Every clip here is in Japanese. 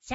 シ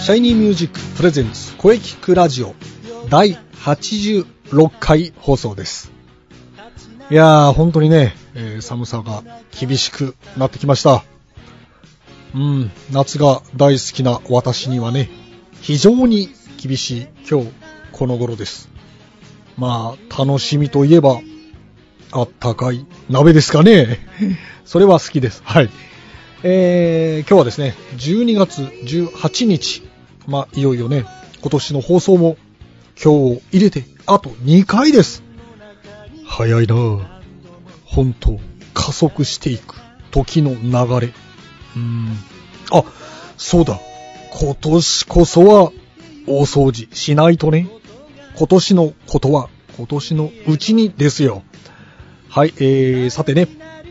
シャイニーミュージックプレゼンツ声聞くラジオ第86回放送です。いやー、本当にね、えー寒さが厳しくなってきました。うん、夏が大好きな私にはね、非常に厳しい今日この頃です。まあ、楽しみといえば、あったかい鍋ですかね。それは好きです。はい。えー今日はですね、12月18日、まあ、いよいよね、今年の放送も今日を入れてあと2回です。早いなぁ。本当加速していく時の流れ。うーん。あ、そうだ。今年こそは大掃除しないとね。今年のことは今年のうちにですよ。はい、えー、さてね、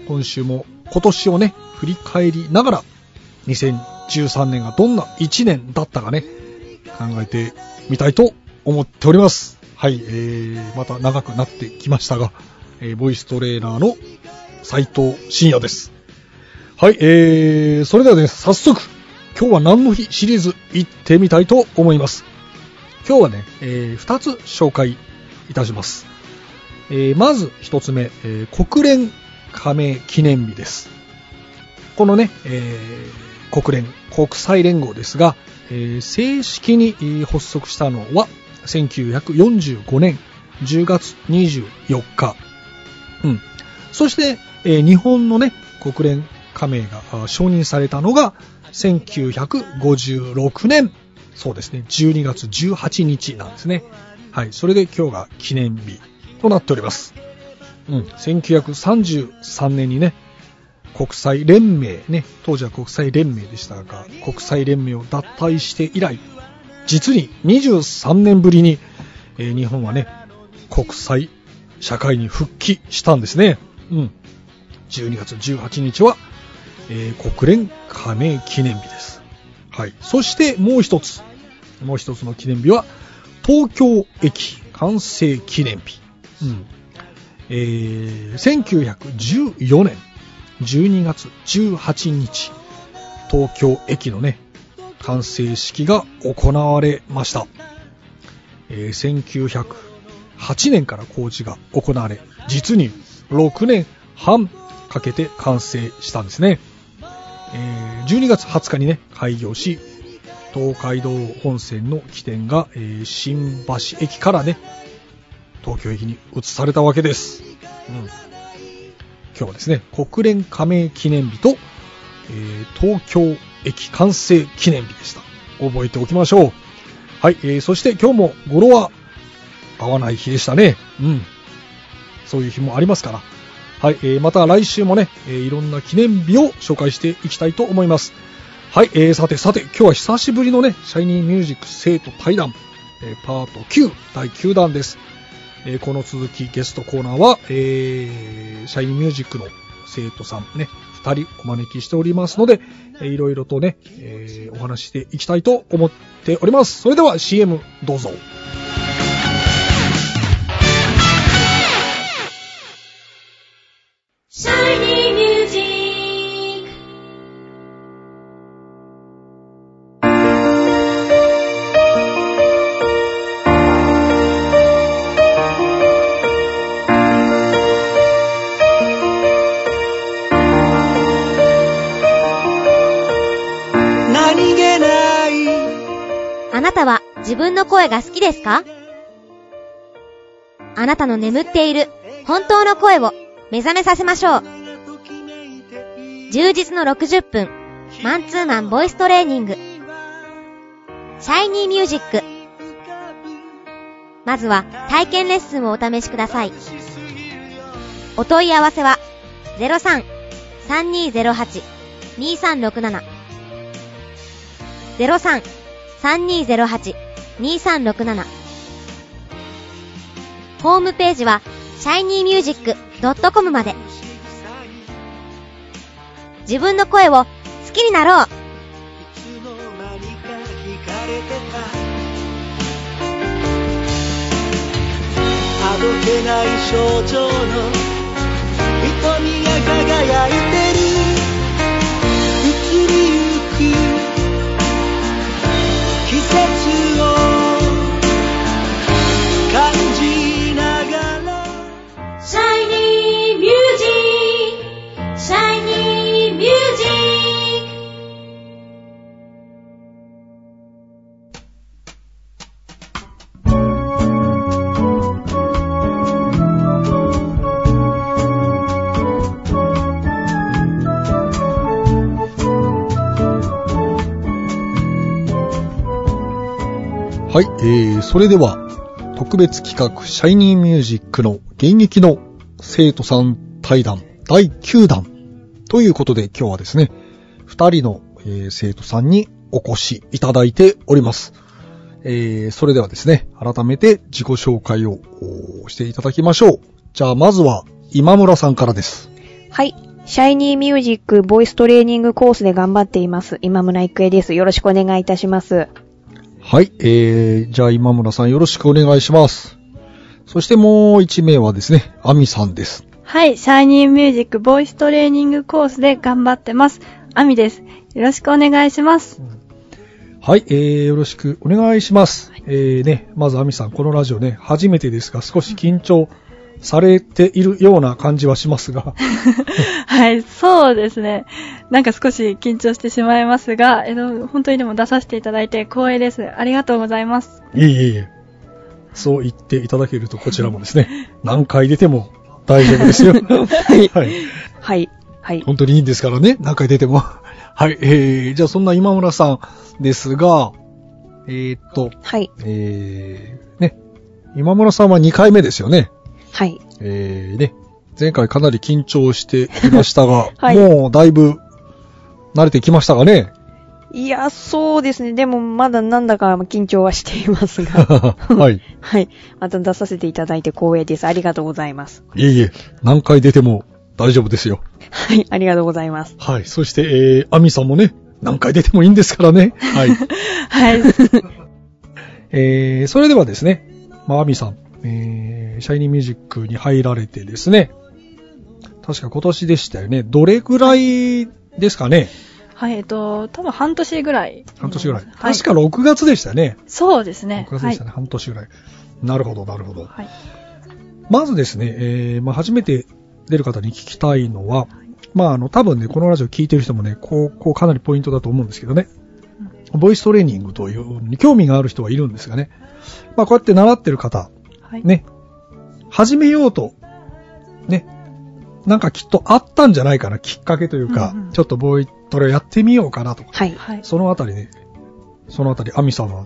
今週も今年をね、振り返りながら、2013年がどんな1年だったかね、考えてみたいと思っております。はい、えー、また長くなってきましたが、えーボイストレーナーの斉藤慎也です。はい、えー、それではね、早速、今日は何の日シリーズ行ってみたいと思います。今日はね、え2つ紹介いたします。えーまず1つ目、えー国連加盟記念日です。このね、えー国連、国際連合ですが、えー正式にえー発足したのは、1945年10月24日。うん。そして、えー日本のね、国連加盟があ承認されたのが、1956年、そうですね、12月18日なんですね。はい、それで今日が記念日となっております。うん、1933年にね、国際連盟ね、当時は国際連盟でしたが、国際連盟を脱退して以来、実に23年ぶりに、えー日本はね、国際社会に復帰したんですね。うん。12月18日は、えー国連加盟記念日です。はい。そしてもう一つ。もう一つの記念日は、東京駅完成記念日。うん。えー1914年12月18日、東京駅のね、完成式が行われました。えー1908年から工事が行われ、実に6年半かけて完成したんですね。えー12月20日にね、開業し、東海道本線の起点が、えー新橋駅からね、東京駅に移されたわけです。うん、今日はですね、国連加盟記念日と、えー東京駅完成記念日でした。覚えておきましょう。はい、えーそして今日も語呂は合わない日でしたね。うん。そういう日もありますから。はい、えーまた来週もね、えーいろんな記念日を紹介していきたいと思います。はい、えーさてさて、今日は久しぶりのね、シャイニーミュージック生徒対談、えーパート9、第9弾です。えーこの続きゲストコーナーは、えーシャイニーミュージックの生徒さんね、二人お招きしておりますので、えーいろいろとね、えーお話ししていきたいと思っております。それでは CM どうぞ。シャイニーミュージック何気ないあなたは自分の声が好きですかあなたの眠っている本当の声を目覚めさせましょう。充実の60分、マンツーマンボイストレーニング。シャイニーミュージック。まずは体験レッスンをお試しください。お問い合わせは、03-3208-2367。03-3208-2367。ホームページは、shinymusic.com まで。自分の声を好きになろうあどけない症状の瞳が輝いてる移りゆく季節を感じながら Shiny music, shiny music. はい、えー、それでは、特別企画、シャイニーミュージックの現役の生徒さん対談第9弾ということで今日はですね、二人の、えー生徒さんにお越しいただいております。えー、それではですね、改めて自己紹介をおーしていただきましょう。じゃあまずは今村さんからです。はい。シャイニーミュージックボイストレーニングコースで頑張っています。今村育恵です。よろしくお願いいたします。はい、えー、じゃあ今村さんよろしくお願いします。そしてもう一名はですね、アミさんです。はい、シャイニーミュージックボイストレーニングコースで頑張ってます。アミです。よろしくお願いします。はい、えー、よろしくお願いします。えーね、まずアミさん、このラジオね、初めてですが、少し緊張されているような感じはしますが、はい、そうですね。なんか少し緊張してしまいますが、えっと、本当にでも出させていただいて光栄です。ありがとうございます。 いえいえいえ、そう言っていただけると、こちらもですね、 何回出ても大丈夫ですよ。 はい、はい。はい。本当にいいんですからね、何回出ても。 はい、えー、じゃあそんな今村さんですが、えー、っと、はい。えー、ね、今村さんは2回目ですよね。はい。えーね、前回かなり緊張していましたが、はいもうだいぶ慣れてきましたがね。いや、そうですね。でも、まだなんだか緊張はしています が。はい。はい。また出させていただいて光栄です。ありがとうございます。いえいえ、何回出ても大丈夫ですよ。はい。ありがとうございます。はい。そして、えー、アミさんもね、何回出てもいいんですからね。はい。はい。えー、それではですね、まあ、アミさん、えー、シャイニーミュージックに入られてですね、確か今年でしたよね。どれぐらいですかね はい、えっと、多分半年ぐらい。半年ぐらい。確かはい。 6月でしたよね。そうですね。 6月でしたね、半年ぐらい。なるほど、なるほど。はい。はい。まずですね、えーまあ、初めて出る方に聞きたいのは、まあ、あの、多分ね、このラジオ聞いてる人もね、こう、こうかなりポイントだと思うんですけどね、ボイストレーニングというのに興味がある人はいるんですがね、まあ、こうやって習ってる方、はい。ね、始めようと、ね、なんかきっとあったんじゃないかな、きっかけというか、うんうんちょっとボイトレをやってみようかなとか、はい。はい。そのあたりね、そのあたり、アミさんは、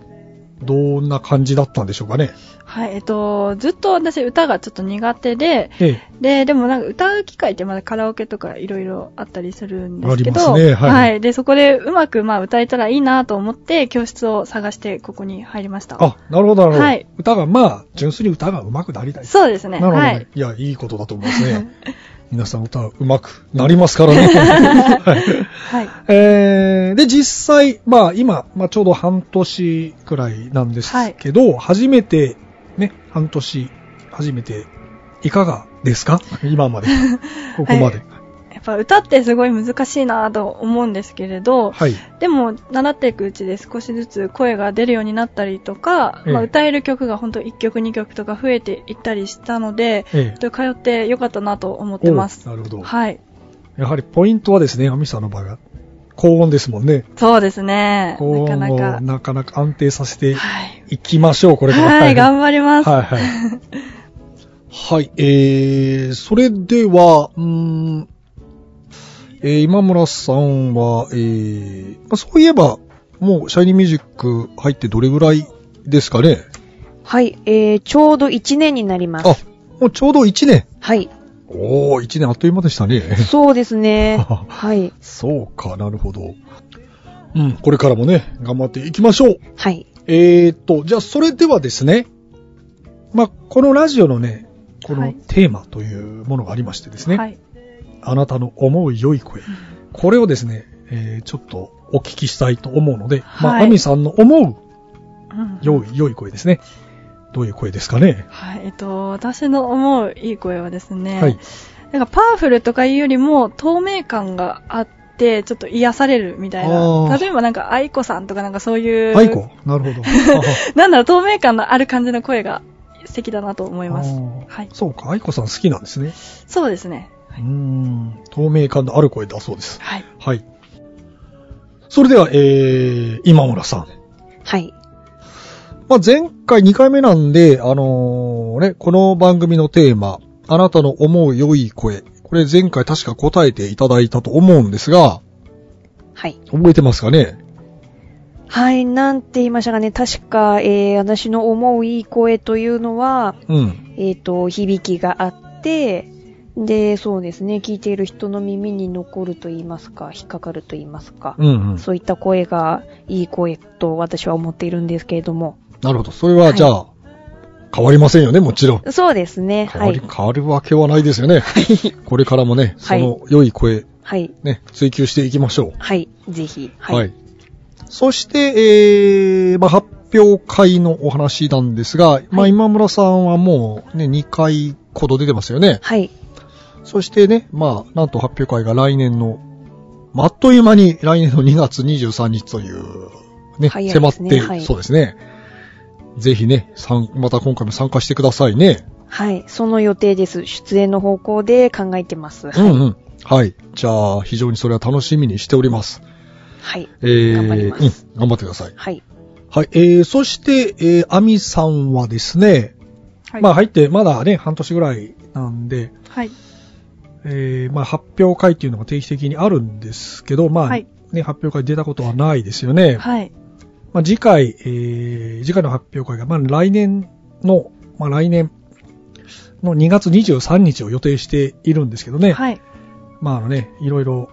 どんな感じだったんでしょうかね。はい、えっと、ずっと私歌がちょっと苦手で、ええで、でもなんか歌う機会ってまだカラオケとかいろいろあったりするんですけありど、ますねははいい、で、そこでうまくまあ歌えたらいいなと思って教室を探してここに入りました。あ、なるほど、なるほど。はい歌が、まあ、純粋に歌が上手くなりたい。そうですね。なるほどね。はいい。、や、いいことだと思います ね。皆さん歌上手くなりますからね。はいはい。えー、で、実際、まあ今、まあちょうど半年くらいなんですけど、初めて、ね、半年、初めて、いかがですか今 まで。ここまで。やっぱ歌ってすごい難しいなと思うんですけれど、はい。でも習っていくうちで少しずつ声が出るようになったりとか、ええまあ歌える曲が本当1曲2曲とか増えていったりしたので、ええ通ってよかったなと思ってます。おうなるほどはい。やはりポイントはですね、アミさんの場合は、高音ですもんね。そうですね。高なか音なをか。なかなか安定させてはい。いきましょう、これから。はい、頑張ります。はいはい。はい、えー、それでは、うーん、えー、今村さんは、えー、まあ、そういえば、もう、シャイニーミュージック入ってどれぐらいですかねはい。えー、ちょうど1年になりまあす。、もうちょうど1年。はい。おー、一年あっという間でしたね。そうですね。はい。そうか、なるほど。うん、これからもね、頑張っていきましょう。はい。えーと、じゃあ、それではですね、まあ、このラジオのね、こはのいテーマというものがありましてですね、はい。あなたの思う良い声、これをですね、えーちょっとお聞きしたいと思うので、まはあ、いアミさんの思ううん良い、良い声ですね。どういう声ですかね。はい。えっと、私の思ういい声はですね、はい。なんかパワフルとかいうよりも透明感があって、ちょっと癒されるみたいあーな。例えばなんか愛子さんとかなんかそういう、アイコ。なるほど。なんだろう、透明感のある感じの声が素敵だなと思いますあ。ーはいそうか、アイコさん好きなんですね。そうですね。うーん。透明感のある声だそうです。はい。はい。それでは、えー、今村さん。はい。まあ、前回2回目なんで、あのーね、この番組のテーマ、あなたの思う良い声。これ前回確か答えていただいたと思うんですが、はい。覚えてますかねはい。なんて言いましたかね。確か、えー、私の思ういい声というのは、うん。えっ、と、響きがあって、で、そうですね。聞いている人の耳に残ると言いますか、引っかかると言いますか。うんうん。そういった声がいい声と私は思っているんですけれども。なるほど。それはじゃあ、変わりませんよね、もちろん。そうですね。変はわり、い。変わるわけはないですよね。これからもね、そはいの良い声、はい。ね、追求していきましょう。はい。ぜひ。はい。はい。そして、えー、まあ、発表会のお話なんですが、まあ、今村さんはもうね、2回ほど出てますよね。はい。そしてね、まあ、なんと発表会が来年の、まあっという間に来年の2月23日という、ね、早い迫でっすて、ねはいそうですね。ぜひね、さんまた今回も参加してくださいね。はい。その予定です。出演の方向で考えてます。う はい。んうん。はい。じゃあ、非常にそれは楽しみにしております。はい。えー、頑張りますうん。頑張ってください。はい。はい。えー、そして、えー、アミさんはですね、まあ入ってまだね、半年ぐらいなんで、はい。えー、まあ発表会っていうのが定期的にあるんですけど、まあ、はいね、発表会出たことはないですよね。はい。まあ次回、えー、次回の発表会が、まあ来年の、まあ来年の2月23日を予定しているんですけどね。はい。まああのね、いろいろ、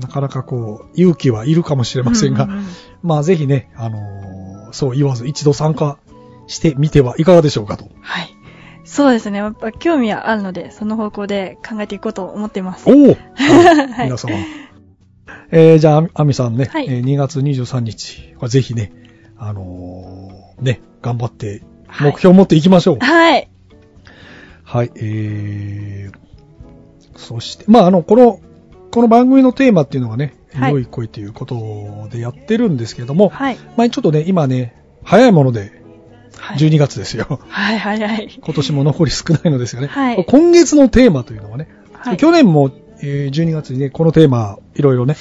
なかなかこう、勇気はいるかもしれませんが、うううんまあぜひね、あのーそう言わず一度参加してみてはいかがでしょうかと。はい。そうですね。やっぱ興味はあるので、その方向で考えていこうと思っています。おお、 はい皆様。えー、じゃあ、アミさんね、はいえー2月23日はぜひね、あのーね、頑張って、はい目標を持っていきましょ う。はい、はい。えー、そして、まああの、この、この番組のテーマっていうのがね、はい良い声ということでやってるんですけども、はい。まあちょっとね、今ね、早いもので、はい。 12月ですよ。はいはいはい。今年も残り少ないのですよね。はい今月のテーマというのはね、はい。去年もえー12月にね、このテーマ、いろいろね、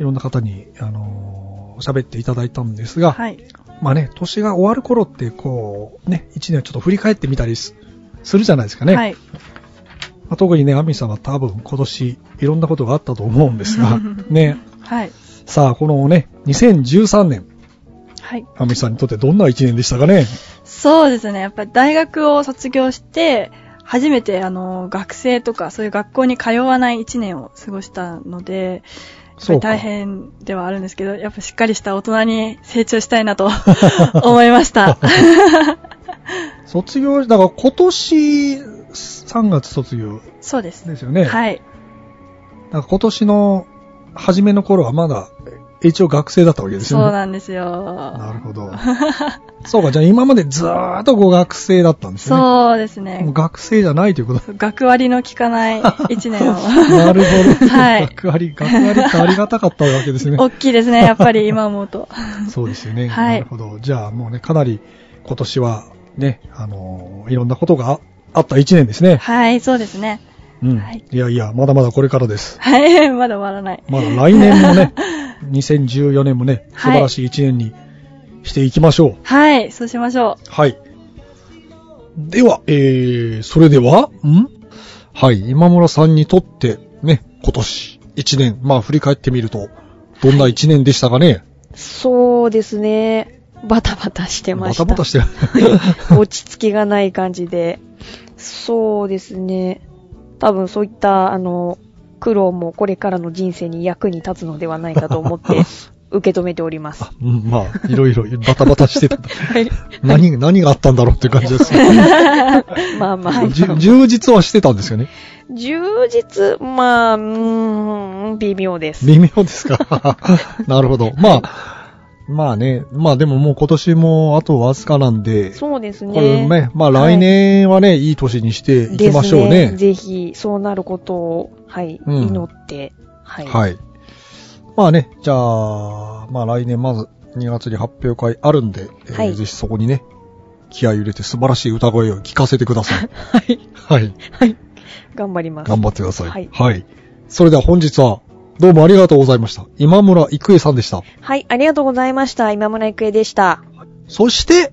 いろんな方に、あのー喋っていただいたんですが、はい。まあね、年が終わる頃って、こう、ね、一年をちょっと振り返ってみたりすするじゃないですかね。はい。まあ、特にね、アミさんは多分今年、いろんなことがあったと思うんです が、ね、はい。さあ、このね、2013年、はい。アミさんにとってどんな一年でしたかね。そうですね。やっぱり大学を卒業して、初めてあの、学生とか、そういう学校に通わない一年を過ごしたので、やっぱそうりか大変ではあるんですけど、やっぱしっかりした大人に成長したいなと 思い ました。卒業、だから今年3月卒業そうです。ですよね。い。はい。だから今年の初めの頃はまだ一応学生だったわけですよね。そうなんですよ。なるほど。 そうか、じゃあ今までずーっとご学生だったんですよね。そうですもうね。学生じゃないということ。学割の効かない一年を。 なるほど。はい学割、学割ってありがたかったわけ ですね。 大きいですね、やっぱり今思うと。そうですよね。はいなるほど。じゃあもうね、かなり今年はね、あのーいろんなことがあった一年ですね。はい、そうですね。うん。はいいやいや、まだまだこれからです。はい、 まだ終わらない。まだ来年も ね、2014年もね、素はい晴らしい1年にしていきましょう。はい、そうしましょはい。では、えー、それでは、んはい、今村さんにとって、ね、今年1年、まあ振り返ってみると、どんな1年でしたかね、そうですね。バタバタしてまバした。タバタしてる。落ち着きがない感じで。そうですね。多分そういった、あの、苦労もこれからの人生に役に立つのではないかと思って、受け止めております あ。、うん、まあ、いろいろバタバタしてた。 はい。何、何があったんだろうっていう感じですけ ど、まあまあ。じゅ充実はしてたんですよね。充実、まあ、うーん、微妙です。微妙です か。なるほど。まあ、まあね、まあでももう今年もあとわずかなんで、そうですね。これね、まあ来年はね、い、い年にしていきましょうでね。すぜひ、そうなることを、はい、うん祈って、はい。はい。まあね、じゃあ、まあ来年まず2月に発表会あるんで、えーはいぜひそこにね、気合い入れて素晴らしい歌声を聞かせてくだ さい。はい。はい。頑張ります。頑張ってください。はいそれでは本日は、どうもありがとうございました。今村育恵さんでした。はい、ありがとうございました。今村育恵でした。そして、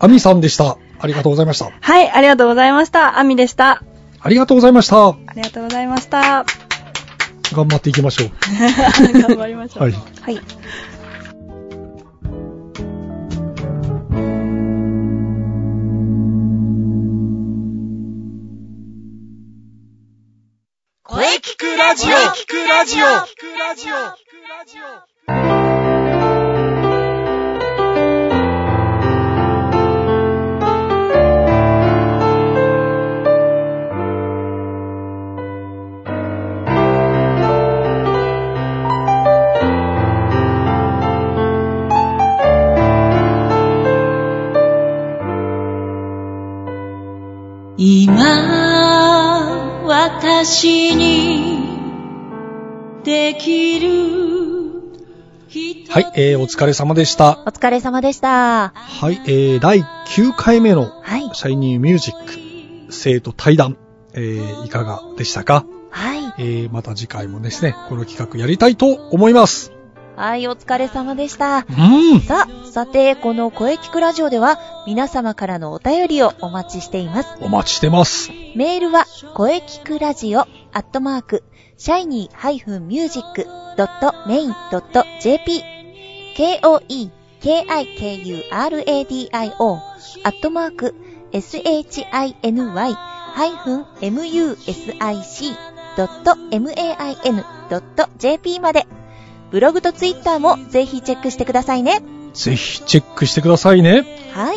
あみさんでした。ありがとうございました。はい、ありがとうございました。アミでした。ありがとうございました。ありがとうございました。頑張っていきましょ頑張りましう。ょはう。い。はい。声聞くラジオ聞くラジオ聞くラジオ今、私に、できる、はい、えー、お疲れ様でした。お疲れ様でした。はい、えー、第9回目のはい。シャイニーミュージック生徒対談、えー、いかがでしたかはい。えー、また次回もですね、この企画やりたいと思います。はい、お疲れ様でした。うん。さあ、さて、この声聞くラジオでは、皆様からのお便りをお待ちしています。お待ちしてます。メールは、声聞くラジオ、アットマーク、shiny-music.main.jp、k-o-e-k-i-k-u-r-a-d-i-o、アットマーク、shiny-music.main.jp まで、ブログとツイッターもぜひチェックしてくださいね。ぜひチェックしてくださいね。はい。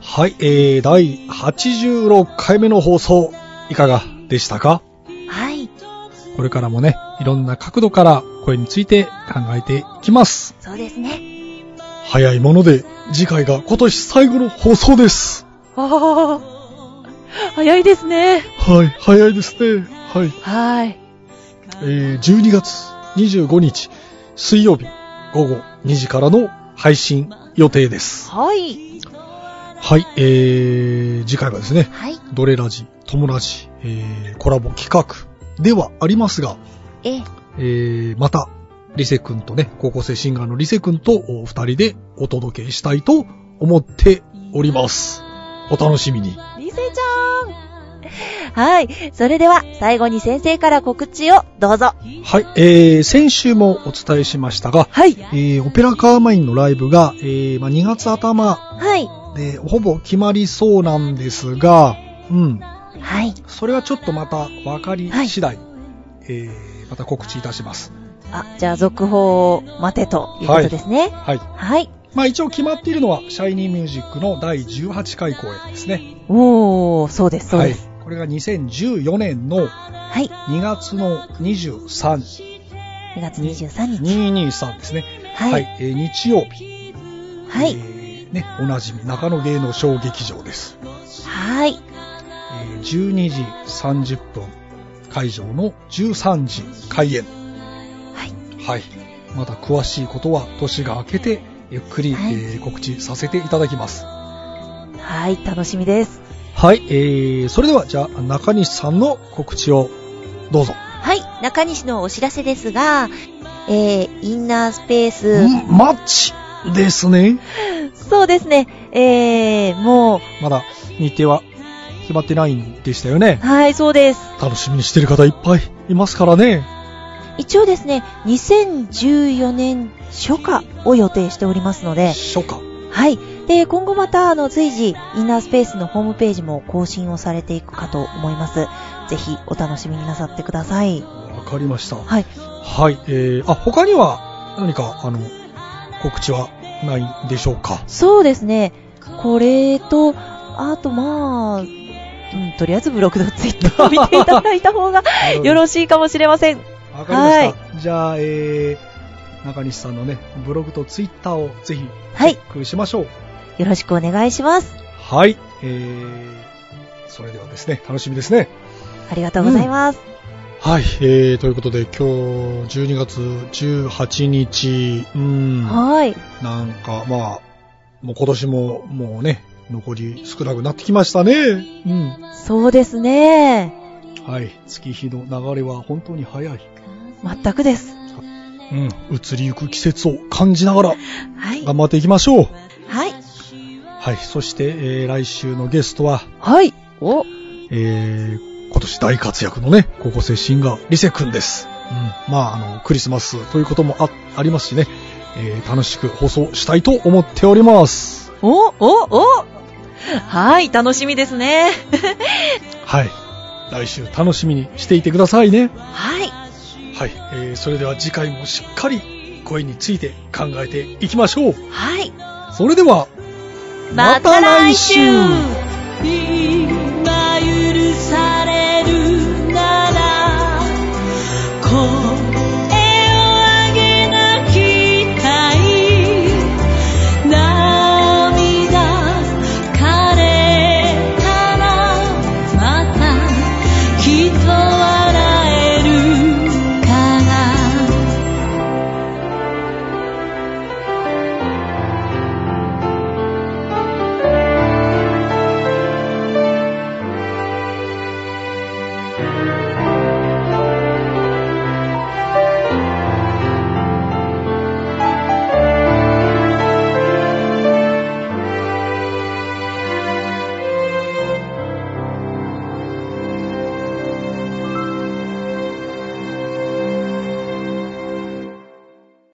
はい、えー、第86回目の放送、いかがでしたかはい。これからもね、いろんな角度から声について考えていきます。そうですね。早いもので、次回が今年最後の放送です。ああ、早いですね。はい、早いですね。はい。はい。えー12月25日水曜日午後2時からの配信予定です。はい。はい、えー、次回はですね、はい。ドレラジ、トモラジ、えー、コラボ企画ではありますが、ええ、えー、また、リセ君とね、高校生シンガーのリセ君とお二人でお届けしたいと思っております。お楽しみに。リセちゃん。はい。それでは、最後に先生から告知をどうぞ。はい、えー、先週もお伝えしましたが、はい。えー、オペラカーマインのライブが、えー、まあ、2月頭はい。で、ほぼ決まりそうなんですが、うん。はい。それはちょっとまた分かり次第、えー、また告知いたします。あ、じゃあ、続報を待てということですね。はい。はい。まあ一応決まっているのは、シャイニーミュージックの第18回公演ですね。おー、そうです、そうはいです。。これが2014年のはい。 2月の23、 2月23日。 223ですね。はい。はい。えー日曜日。えーね、おなじみ、中野芸能小劇場です。はい。えー12時30分会場の13時開演はい、また詳しいことは年が明けてゆっくり、はいえー告知させていただきますはい。楽しみです。はい、えー、それではじゃあ中西さんの告知をどうぞ、はい。中西のお知らせですが、えー、インナースペース、んマッチですねそうですね。えー、もう、まだ日程は決まってないんでしたよねはい、そうです。楽しみにしてる方いっぱいいますからね一応ですね、2014年初夏を予定しておりますので、初夏はい、で、今後また、あの、随時、インナースペースのホームページも更新をされていくかと思います。ぜひ、お楽しみになさってください。わかりました。はい。はい。えー、あ、他には何か、あの、告知はないんでしょうかそうですね。これと、あと、まあ、うん、とりあえずブログとツイッターを見ていただいた方 がよろしいかもしれません。わかりました。じゃあ、えー、中西さんのね、ブログとツイッターをぜひ、はい。工夫しましょう。よろしくお願いします。はい。えー、それではですね、楽しみですね。ありがとうございます。はい、えー、ということで今日12月18日、うん、はい。なんかまあ、もう今年ももうね、残り少なくなってきましたね。うん。そうですね。はい、月日の流れは本当に早い。全くです。うん、移りゆく季節を感じながらはい。頑張っていきましょう。はい。はい、そして、えー、来週のゲストは、はい。お、えー、今年大活躍のね、高校生シンガー、リセ君です。うん。まあ、あの、クリスマスということもあ、ありますしね、えー楽しく放送したいと思っております。お、お、おはい、楽しみですね。はい。来週楽しみにしていてくださいね。はい。はい。えー、それでは次回もしっかり声について考えていきましょう。はい。それでは、また来週今許されるならこ